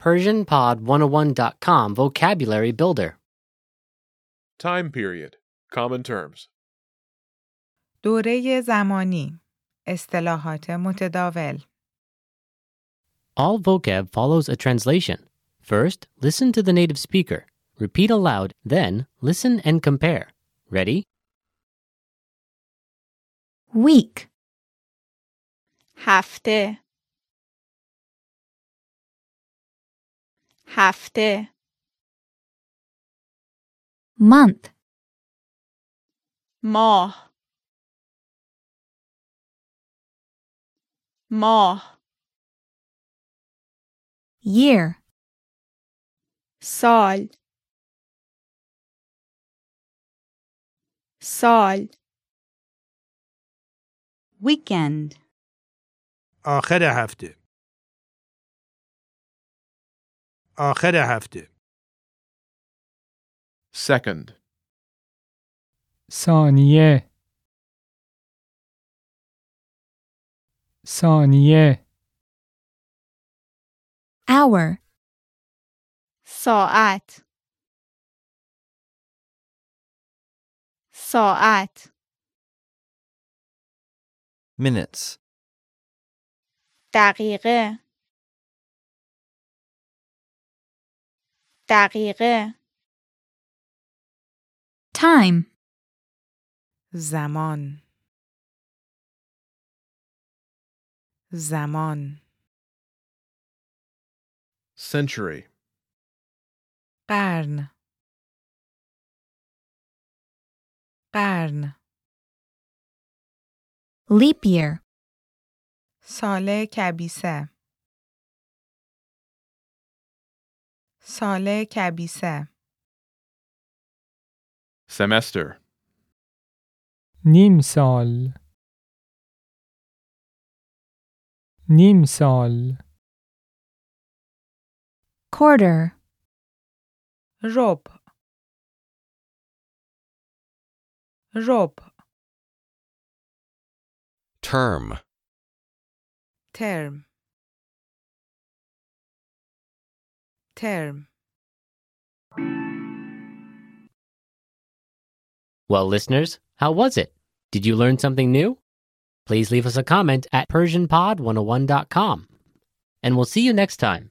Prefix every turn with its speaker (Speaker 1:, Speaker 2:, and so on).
Speaker 1: PersianPod101.com Vocabulary Builder.
Speaker 2: Time period. Common terms.
Speaker 3: دوره زمانی اصطلاحات متداول
Speaker 1: All vocab follows a translation. First, listen to the native speaker. Repeat aloud, then, listen and compare. Ready?
Speaker 4: week,
Speaker 5: هفته هفته
Speaker 4: month,
Speaker 5: ماه ماه
Speaker 4: year,
Speaker 5: سال سال
Speaker 4: weekend,
Speaker 6: آخر هفته آخر هفته
Speaker 2: Second.
Speaker 7: ثانیه ثانیه
Speaker 4: hour,
Speaker 5: ساعت ساعت
Speaker 8: minutes,
Speaker 5: دقیقه دقیقه
Speaker 4: time,
Speaker 3: زمان زمان
Speaker 2: Century.
Speaker 3: قرن قرن
Speaker 4: leap year,
Speaker 3: سال کبیسه سال کبیسه
Speaker 2: Semester.
Speaker 7: نیم سال نیم سال
Speaker 4: quarter,
Speaker 3: ربع ربع
Speaker 9: term,
Speaker 3: ترم ترم
Speaker 1: Well, listeners, how was it? Did you learn something new? oh Please leave us a comment at PersianPod101.com. And we'll see you next time.